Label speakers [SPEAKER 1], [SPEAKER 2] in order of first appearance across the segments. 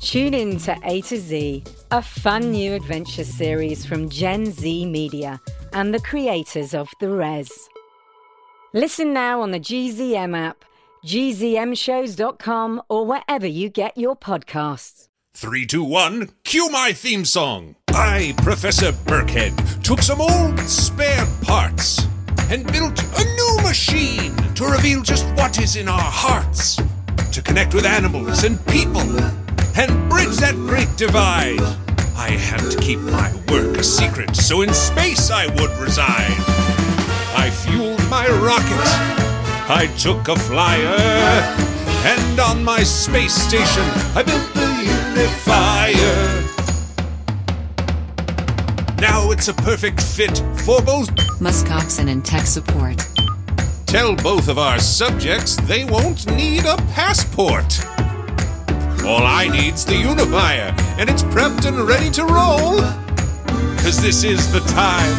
[SPEAKER 1] Tune in to A to Z, a fun new adventure series from Gen Z Media and the creators of The Res. Listen now on the GZM app, gzmshows.com, or wherever you get your podcasts.
[SPEAKER 2] Three, two, one, cue my theme song. I, Professor Burkhead, took some old spare parts and built a new machine to reveal just what is in our hearts, to connect with animals and people, and bridge that great divide. I had to keep my work a secret, so in space I would reside. I fueled my rocket. I took a flyer. And on my space station, I built the unifier. Now it's a perfect fit for both.
[SPEAKER 3] Muscoxen and tech support.
[SPEAKER 2] Tell both of our subjects they won't need a passport. All I need's the unifier, and it's prepped and ready to roll. Cause this is the time.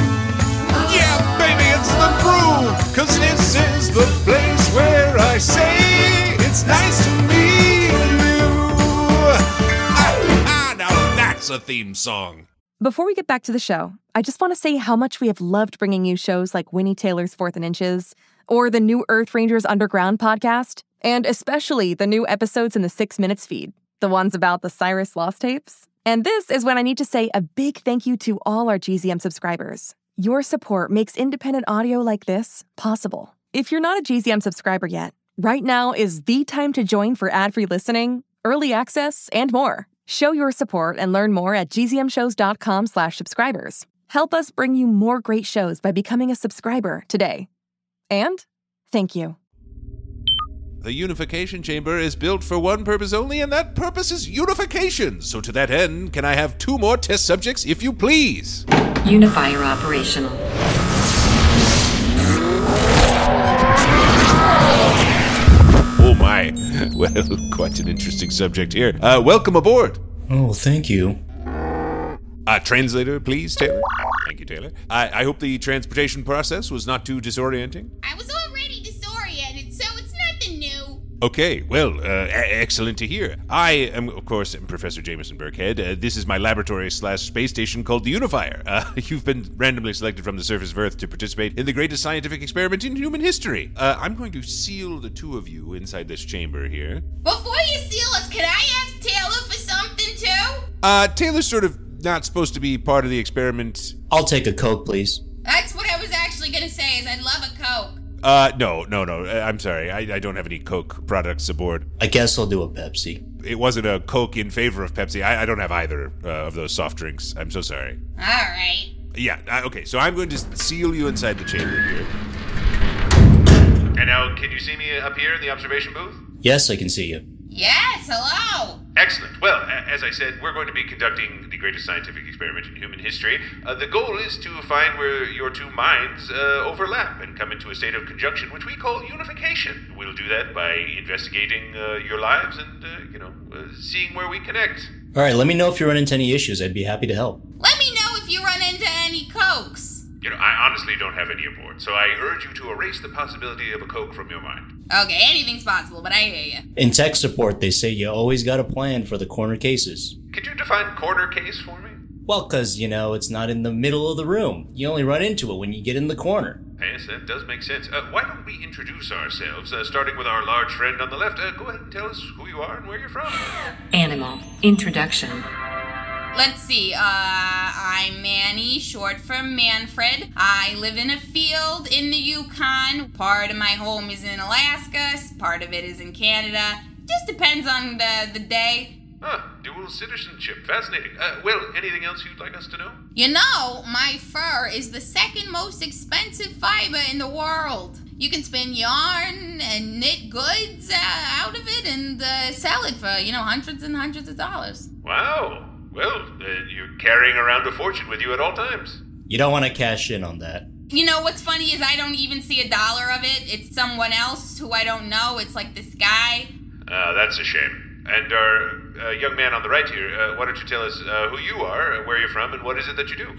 [SPEAKER 2] Yeah, baby, it's the groove. Cause this is the place where I say it's nice to meet you. Ah, ah, now that's a theme song.
[SPEAKER 4] Before we get back to the show, I just want to say how much we have loved bringing you shows like Winnie Taylor's Fourth and Inches, or the new Earth Rangers Underground podcast, and especially the new episodes in the Six Minutes feed, the ones about the Cyrus Lost tapes. And this is when I need to say a big thank you to all our GZM subscribers. Your support makes independent audio like this possible. If you're not a GZM subscriber yet, right now is the time to join for ad free listening, early access, and more. Show your support and learn more at gzmshows.com slash subscribers. Help us bring you more great shows by becoming a subscriber today. And thank you.
[SPEAKER 2] The unification chamber is built for one purpose only, and that purpose is unification. So, to that end, can I have two more test subjects if you please?
[SPEAKER 3] Unifier operational.
[SPEAKER 2] Oh my. Well, quite an interesting subject here. Uh, welcome aboard.
[SPEAKER 5] Oh, thank you.
[SPEAKER 2] Uh, translator, please, Taylor. Thank you, Taylor. I, I hope the transportation process was not too disorienting.
[SPEAKER 6] I was already disoriented, so it's nothing new.
[SPEAKER 2] Okay, well, uh, e- excellent to hear. I am, of course, Professor Jameson Burkhead. Uh, this is my laboratory slash space station called the Unifier. Uh, you've been randomly selected from the surface of Earth to participate in the greatest scientific experiment in human history. Uh, I'm going to seal the two of you inside this chamber here.
[SPEAKER 6] Before you seal us, could I ask Taylor for something too?
[SPEAKER 2] Uh, Taylor's sort of not supposed to be part of the experiment.
[SPEAKER 5] I'll take a Coke, please.
[SPEAKER 6] That's what I was actually gonna say. Is I'd love a coke.
[SPEAKER 2] Uh, no, no, no. I- I'm sorry. I, I don't have any Coke products aboard.
[SPEAKER 5] I guess I'll do a Pepsi.
[SPEAKER 2] It wasn't a Coke in favor of Pepsi. I, I don't have either uh, of those soft drinks. I'm so sorry.
[SPEAKER 6] All right.
[SPEAKER 2] Yeah, I, okay, so I'm going to seal you inside the chamber here. And now, can you see me up here in the observation booth?
[SPEAKER 5] Yes, I can see you.
[SPEAKER 6] Yes. Hello.
[SPEAKER 2] Excellent. Well, a- as I said, we're going to be conducting the greatest scientific experiment in human history. Uh, the goal is to find where your two minds uh, overlap and come into a state of conjunction, which we call unification. We'll do that by investigating uh, your lives and, uh, you know, uh, seeing where we connect.
[SPEAKER 5] All right, let me know if you run into any issues. I'd be happy to help.
[SPEAKER 6] Let me know if you run into any cokes.
[SPEAKER 2] You know, I honestly don't have any aboard, so I urge you to erase the possibility of a Coke from your mind.
[SPEAKER 6] Okay, anything's possible, but I hear you.
[SPEAKER 5] In tech support, they say you always got a plan for the corner cases.
[SPEAKER 2] Could you define corner case for me?
[SPEAKER 5] Well, 'cause you know, it's not in the middle of the room. You only run into it when you get in the corner.
[SPEAKER 2] Yes, that does make sense. Uh, why don't we introduce ourselves, uh, starting with our large friend on the left? Uh, go ahead and tell us who you are and where you're from.
[SPEAKER 3] Animal. Introduction.
[SPEAKER 6] Let's see. Uh, I'm Manny, short for Manfred. I live in a field in the Yukon. Part of my home is in Alaska. Part of it is in Canada. Just depends on the the day.
[SPEAKER 2] Huh, Ah, dual citizenship. Fascinating. Uh, well, anything else you'd like us to know?
[SPEAKER 6] You know, my fur is the second most expensive fiber in the world. You can spin yarn and knit goods uh, out of it and uh, sell it for, you know, hundreds and hundreds of dollars.
[SPEAKER 2] Wow. Well, carrying around a fortune with you at all times.
[SPEAKER 5] You don't want to cash in on that.
[SPEAKER 6] You know what's funny is I don't even see a dollar of it. It's someone else who I don't know. It's like this guy.
[SPEAKER 2] Uh, that's a shame. And our uh, young man on the right here, uh, why don't you tell us uh, who you are, where you're from, and what is it that you do?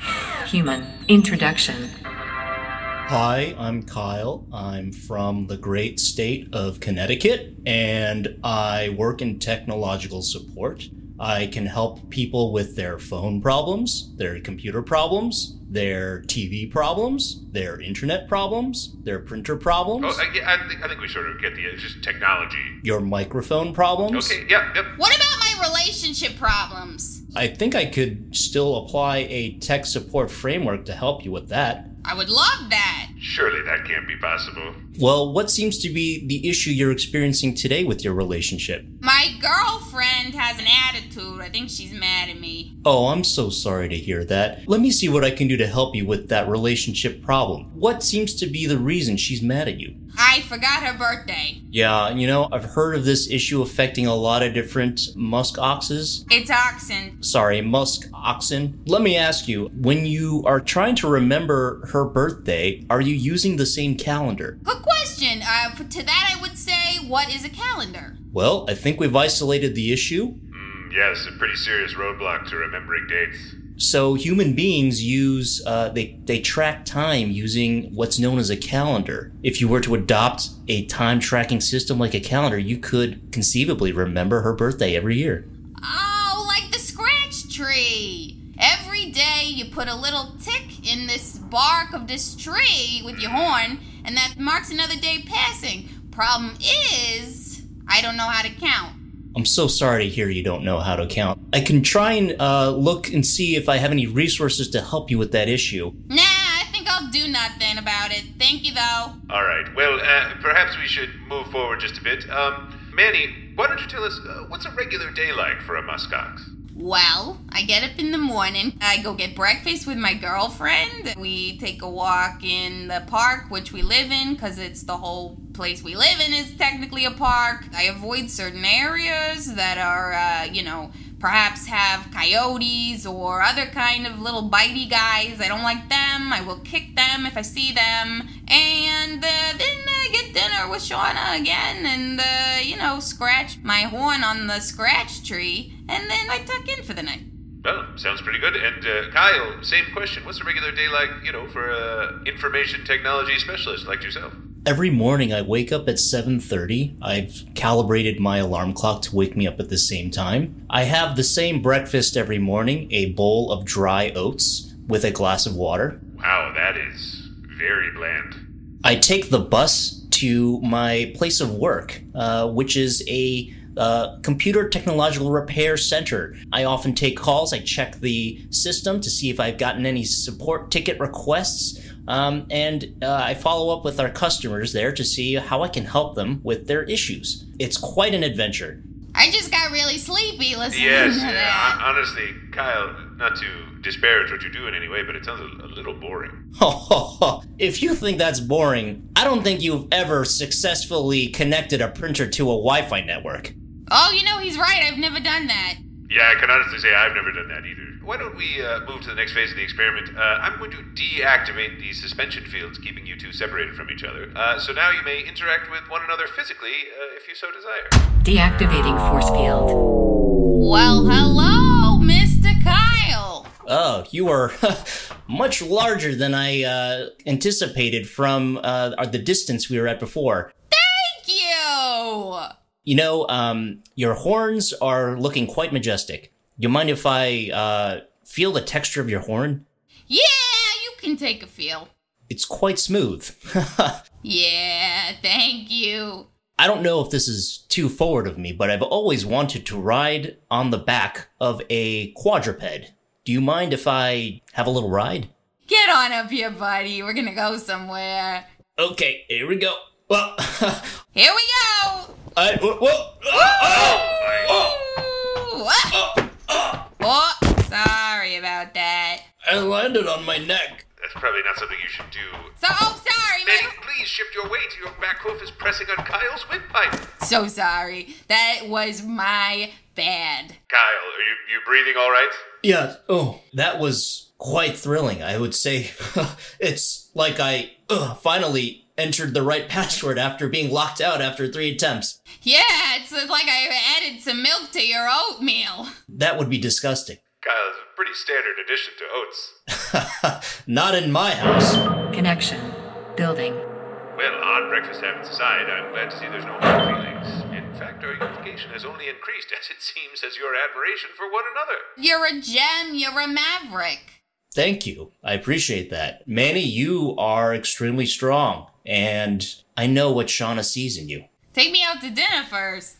[SPEAKER 3] Human. Introduction.
[SPEAKER 5] Hi, I'm Kyle. I'm from the great state of Connecticut, and I work in technological support. I can help people with their phone problems, their computer problems, their TV problems, their internet problems, their printer problems,
[SPEAKER 2] Oh, I, yeah, I, think, I think we sort of get the it's just technology.
[SPEAKER 5] your microphone problems.
[SPEAKER 2] Okay, yeah, yep.
[SPEAKER 6] What about my relationship problems?
[SPEAKER 5] I think I could still apply a tech support framework to help you with that.
[SPEAKER 6] I would love that.
[SPEAKER 2] Surely that can't be possible.
[SPEAKER 5] Well, what seems to be the issue you're experiencing today with your relationship?
[SPEAKER 6] My girlfriend has an attitude. I think she's mad at me.
[SPEAKER 5] Oh, I'm so sorry to hear that. Let me see what I can do to help you with that relationship problem. What seems to be the reason she's mad at you?
[SPEAKER 6] I forgot her birthday.
[SPEAKER 5] Yeah, you know, I've heard of this issue affecting a lot of different musk oxes.
[SPEAKER 6] It's oxen.
[SPEAKER 5] Sorry, musk oxen. Let me ask you, when you are trying to remember her birthday, are you using the same calendar?
[SPEAKER 6] Good question. Uh, for, to that, I would say, what is a calendar?
[SPEAKER 5] Well, I think we've isolated the issue.
[SPEAKER 2] Mm, yes, a pretty serious roadblock to remembering dates.
[SPEAKER 5] So human beings use uh, they they track time using what's known as a calendar. If you were to adopt a time tracking system like a calendar, you could conceivably remember her birthday every year.
[SPEAKER 6] Oh, like the scratch tree. Every day you put a little tick in this bark of this tree with your horn, and that marks another day passing. Problem is, I don't know how to count.
[SPEAKER 5] I'm so sorry to hear you don't know how to count. I can try and uh, look and see if I have any resources to help you with that issue.
[SPEAKER 6] Nah, I think I'll do nothing about it. Thank you, though.
[SPEAKER 2] All right. Well, uh, perhaps we should move forward just a bit. Um, Manny, why don't you tell us uh, what's a regular day like for a muskox?
[SPEAKER 6] Well, I get up in the morning. I go get breakfast with my girlfriend. We take a walk in the park, which we live in, because it's the whole place we live in is technically a park. I avoid certain areas that are, uh, you know, perhaps have coyotes or other kind of little bitey guys. I don't like them. I will kick them if I see them. And uh, then I get dinner with Shauna again and, uh, you know, scratch my horn on the scratch tree. And then I tuck in for the night.
[SPEAKER 2] Well, sounds pretty good. And uh, Kyle, same question. What's a regular day like, you know, for a information technology specialist like yourself?
[SPEAKER 5] Every morning I wake up at 7:30. I've calibrated my alarm clock to wake me up at the same time. I have the same breakfast every morning, a bowl of dry oats with a glass of water.
[SPEAKER 2] Wow, that is very bland.
[SPEAKER 5] I take the bus to my place of work, uh, which is a uh, computer technological repair center. I often take calls. I check the system to see if I've gotten any support ticket requests. Um, and uh, I follow up with our customers there to see how I can help them with their issues. It's quite an adventure.
[SPEAKER 6] I just got really sleepy listening
[SPEAKER 2] Yes,
[SPEAKER 6] to
[SPEAKER 2] yeah,
[SPEAKER 6] that.
[SPEAKER 2] hon- honestly, Kyle, not to disparage what you do in any way, but it sounds a, a little boring.
[SPEAKER 5] if you think that's boring, I don't think you've ever successfully connected a printer to a Wi Fi network.
[SPEAKER 6] Oh, you know, he's right. I've never done that.
[SPEAKER 2] Yeah, I can honestly say I've never done that either. Why don't we uh, move to the next phase of the experiment? Uh, I'm going to deactivate the suspension fields, keeping you two separated from each other. Uh, so now you may interact with one another physically uh, if you so desire.
[SPEAKER 3] Deactivating force field.
[SPEAKER 6] Well, hello, Mr. Kyle.
[SPEAKER 5] Oh, you are much larger than I uh, anticipated from uh, or the distance we were at before.
[SPEAKER 6] Thank you.
[SPEAKER 5] You know, um, your horns are looking quite majestic. You mind if I uh, feel the texture of your horn?
[SPEAKER 6] Yeah, you can take a feel.
[SPEAKER 5] It's quite smooth.
[SPEAKER 6] Yeah, thank you.
[SPEAKER 5] I don't know if this is too forward of me, but I've always wanted to ride on the back of a quadruped. Do you mind if I have a little ride?
[SPEAKER 6] Get on up here, buddy. We're gonna go somewhere.
[SPEAKER 5] Okay, here we go. Well,
[SPEAKER 6] Here we go.
[SPEAKER 5] I, well, oh, oh.
[SPEAKER 6] Ooh, ah. Oh, sorry about that.
[SPEAKER 5] I landed on my neck.
[SPEAKER 2] That's probably not something you should do
[SPEAKER 6] So, oh, sorry,
[SPEAKER 2] Manny,
[SPEAKER 6] man.
[SPEAKER 2] please shift your weight. Your back hoof is pressing on Kyle's windpipe.
[SPEAKER 6] So sorry. That was my bad.
[SPEAKER 2] Kyle, are you, you breathing all right?
[SPEAKER 5] Yeah. Oh, that was quite thrilling. I would say it's like I ugh, finally entered the right password after being locked out after three attempts.
[SPEAKER 6] Yeah, it's like I added some milk to your oatmeal.
[SPEAKER 5] That would be disgusting.
[SPEAKER 2] Kyle is a pretty standard addition to oats.
[SPEAKER 5] Not in my house.
[SPEAKER 3] Connection. Building.
[SPEAKER 2] Well, on Breakfast Habits aside, I'm glad to see there's no hard feelings. In fact, our unification has only increased, as it seems, as your admiration for one another.
[SPEAKER 6] You're a gem, you're a maverick.
[SPEAKER 5] Thank you. I appreciate that. Manny, you are extremely strong, and I know what Shauna sees in you.
[SPEAKER 6] Take me out to dinner first.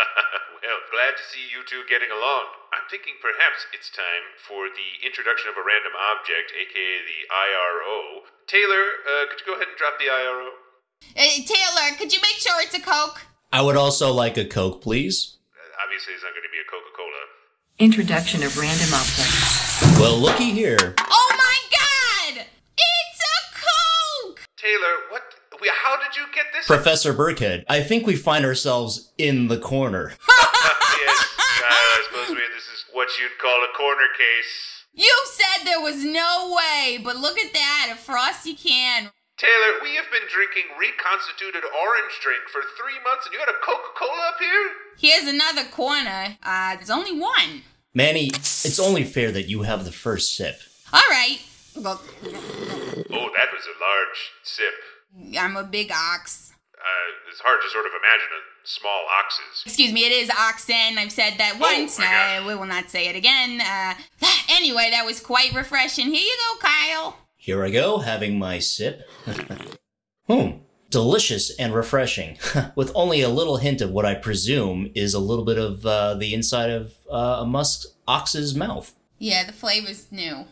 [SPEAKER 2] well, glad to see you two getting along. I'm thinking perhaps it's time for the introduction of a random object, aka the IRO. Taylor, uh, could you go ahead and drop the IRO?
[SPEAKER 6] Uh, Taylor, could you make sure it's a Coke?
[SPEAKER 5] I would also like a Coke, please.
[SPEAKER 2] Uh, obviously, it's not going to be a Coca Cola.
[SPEAKER 3] Introduction of random objects.
[SPEAKER 5] Well, looky here.
[SPEAKER 6] Oh my god! It's a Coke!
[SPEAKER 2] Taylor, what? we- How did you get this?
[SPEAKER 5] Professor Burkhead, I think we find ourselves in the corner.
[SPEAKER 2] yes, Kyle, I suppose we, this is what you'd call a corner case.
[SPEAKER 6] You said there was no way, but look at that, a frosty can.
[SPEAKER 2] Taylor, we have been drinking reconstituted orange drink for three months, and you got a Coca Cola up here?
[SPEAKER 6] Here's another corner. Uh, there's only one.
[SPEAKER 5] Manny, it's only fair that you have the first sip.
[SPEAKER 6] Alright. Look,
[SPEAKER 2] Oh, that was a large sip.
[SPEAKER 6] I'm a big ox.
[SPEAKER 2] Uh, it's hard to sort of imagine a small ox's.
[SPEAKER 6] Excuse me, it is oxen. I've said that once.
[SPEAKER 2] my
[SPEAKER 6] uh,
[SPEAKER 2] gosh.
[SPEAKER 6] we will not say it again. Uh, anyway, that was quite refreshing. Here you go, Kyle.
[SPEAKER 5] Here I go, having my sip. hmm. Delicious and refreshing, with only a little hint of what I presume is a little bit of uh, the inside of uh, a musk ox's mouth.
[SPEAKER 6] Yeah, the flavor's new.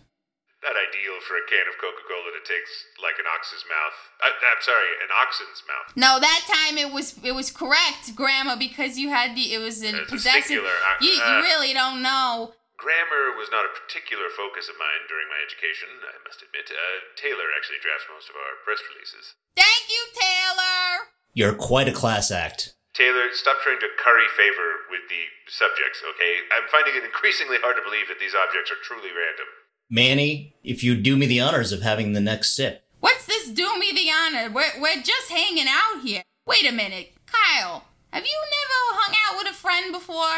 [SPEAKER 2] Not ideal for a can of Coca Cola that tastes like an ox's mouth. I, I'm sorry, an oxen's mouth.
[SPEAKER 6] No, that time it was it was correct, Grandma, because you had the it was a
[SPEAKER 2] It's a
[SPEAKER 6] possessive.
[SPEAKER 2] singular, uh,
[SPEAKER 6] you, you
[SPEAKER 2] uh.
[SPEAKER 6] really don't know.
[SPEAKER 2] Grammar was not a particular focus of mine during my education, I must admit. Uh, Taylor actually drafts most of our press releases.
[SPEAKER 6] Thank you, Taylor.
[SPEAKER 5] You're quite a class act.
[SPEAKER 2] Taylor, stop trying to curry favor with the subjects, okay? I'm finding it increasingly hard to believe that these objects are truly random.
[SPEAKER 5] Manny, if you do me the honors of having the next sip.
[SPEAKER 6] What's this? Do me the honor. We're we're just hanging out here. Wait a minute, Kyle. Have you never hung out with a friend before?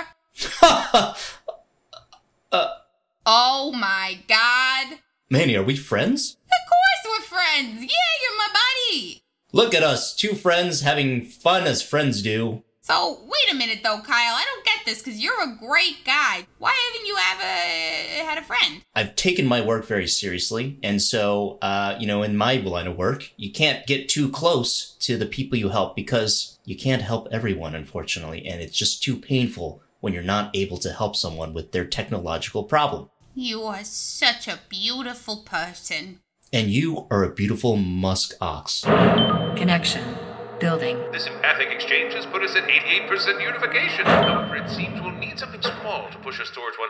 [SPEAKER 6] Oh my God.
[SPEAKER 5] Manny, are we friends?
[SPEAKER 6] Of course we're friends. Yeah, you're my buddy.
[SPEAKER 5] Look at us, two friends having fun as friends do.
[SPEAKER 6] So wait a minute though, Kyle. I don't get this because you're a great guy. Why haven't you ever had a friend?
[SPEAKER 5] I've taken my work very seriously, and so uh, you know, in my line of work, you can't get too close to the people you help because you can't help everyone, unfortunately, and it's just too painful when you're not able to help someone with their technological problem.
[SPEAKER 6] You are such a beautiful person.
[SPEAKER 5] And you are a beautiful musk ox.
[SPEAKER 3] Connection. Building.
[SPEAKER 2] This empathic exchange has put us at 88% unification. However, it seems we'll need something small to push us towards 100%.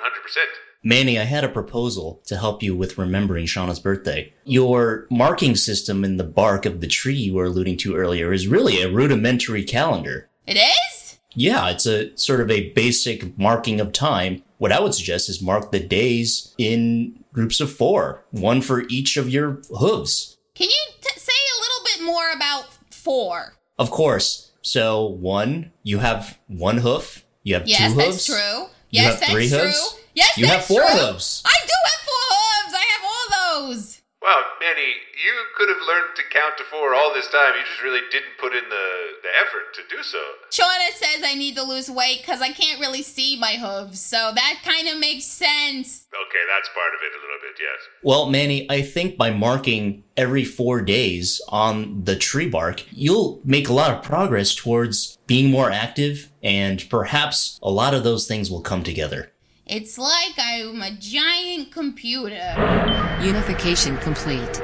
[SPEAKER 5] Manny, I had a proposal to help you with remembering Shauna's birthday. Your marking system in the bark of the tree you were alluding to earlier is really a rudimentary calendar.
[SPEAKER 6] It is?
[SPEAKER 5] Yeah, it's a sort of a basic marking of time. What I would suggest is mark the days in groups of four, one for each of your hooves.
[SPEAKER 6] Can you t- say a little bit more about four?
[SPEAKER 5] Of course. So one, you have one hoof, you have
[SPEAKER 6] Yes,
[SPEAKER 5] two hooves.
[SPEAKER 6] that's true.
[SPEAKER 5] You
[SPEAKER 6] Yes,
[SPEAKER 5] have
[SPEAKER 6] that's
[SPEAKER 5] three
[SPEAKER 6] true.
[SPEAKER 5] hooves?
[SPEAKER 6] Yes,
[SPEAKER 5] You have
[SPEAKER 6] that's
[SPEAKER 5] four
[SPEAKER 6] true.
[SPEAKER 5] hooves.
[SPEAKER 6] I do have four hooves. I have all those.
[SPEAKER 2] Wow, Manny, you could have learned to count to four all this time. You just really didn't put in the, the effort to do so.
[SPEAKER 6] Shauna says I need to lose weight because I can't really see my hooves, so that kind of makes sense.
[SPEAKER 2] Okay, that's part of it a little bit, yes.
[SPEAKER 5] Well, Manny, I think by marking every four days on the tree bark, you'll make a lot of progress towards being more active, and perhaps a lot of those things will come together.
[SPEAKER 6] It's like I'm a giant computer.
[SPEAKER 3] Unification complete.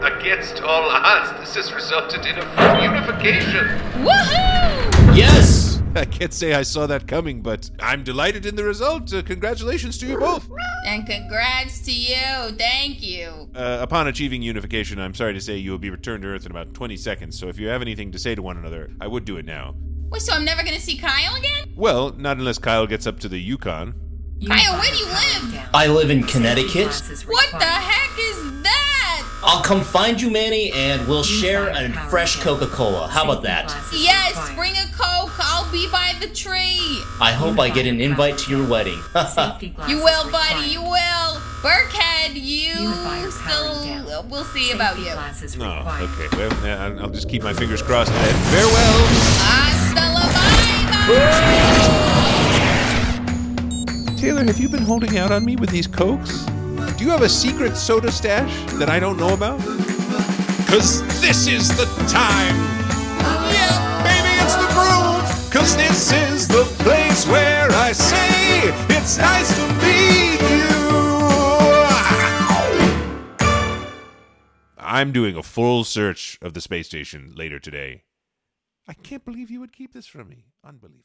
[SPEAKER 2] Against all odds, this has resulted in a full unification.
[SPEAKER 6] Woohoo!
[SPEAKER 5] Yes!
[SPEAKER 7] I can't say I saw that coming, but I'm delighted in the result. Uh, congratulations to you both.
[SPEAKER 6] And congrats to you. Thank you.
[SPEAKER 7] Uh, upon achieving unification, I'm sorry to say you will be returned to Earth in about 20 seconds, so if you have anything to say to one another, I would do it now.
[SPEAKER 6] Wait, so I'm never gonna see Kyle again?
[SPEAKER 8] Well, not unless Kyle gets up to the Yukon.
[SPEAKER 6] Kyle, where do you live?
[SPEAKER 5] I live in Connecticut.
[SPEAKER 6] What the heck is that?
[SPEAKER 5] I'll come find you, Manny, and we'll share a fresh Coca Cola. How about that?
[SPEAKER 6] Yes, bring a coke. I'll be by the tree.
[SPEAKER 5] I hope I get an invite to your wedding.
[SPEAKER 6] You will, buddy. You will. Burkhead, you
[SPEAKER 3] Unifier powering
[SPEAKER 6] still.
[SPEAKER 3] down.
[SPEAKER 6] We'll see about you.
[SPEAKER 8] Oh, okay. Well, yeah, I'll- I'll just keep my fingers crossed. And farewell.
[SPEAKER 6] Hasta la bye
[SPEAKER 8] Taylor, have you been holding out on me with these cokes? Do you have a secret soda stash that I don't know about?
[SPEAKER 2] Cause this is the time. Yeah, baby, it's the groove. Cause this is the place where I say it's nice to meet you.
[SPEAKER 8] I'm doing a full search of the space station later today. I can't believe you would keep this from me. Unbelievable.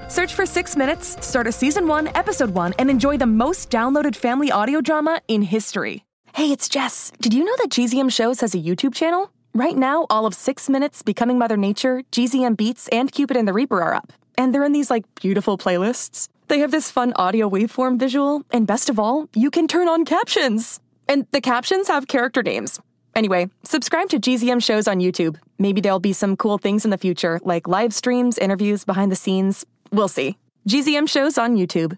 [SPEAKER 4] Search for Six Minutes, start a season one, episode one, and enjoy the most downloaded family audio drama in history. Hey, it's Jess. Did you know that GZM Shows has a YouTube channel? Right now, all of Six Minutes, Becoming Mother Nature, GZM Beats, and Cupid and the Reaper are up. And they're in these, like, beautiful playlists. They have this fun audio waveform visual, and best of all, you can turn on captions. And the captions have character names. Anyway, subscribe to GZM shows on YouTube. Maybe there'll be some cool things in the future, like live streams, interviews, behind the scenes. We'll see. GZM shows on YouTube.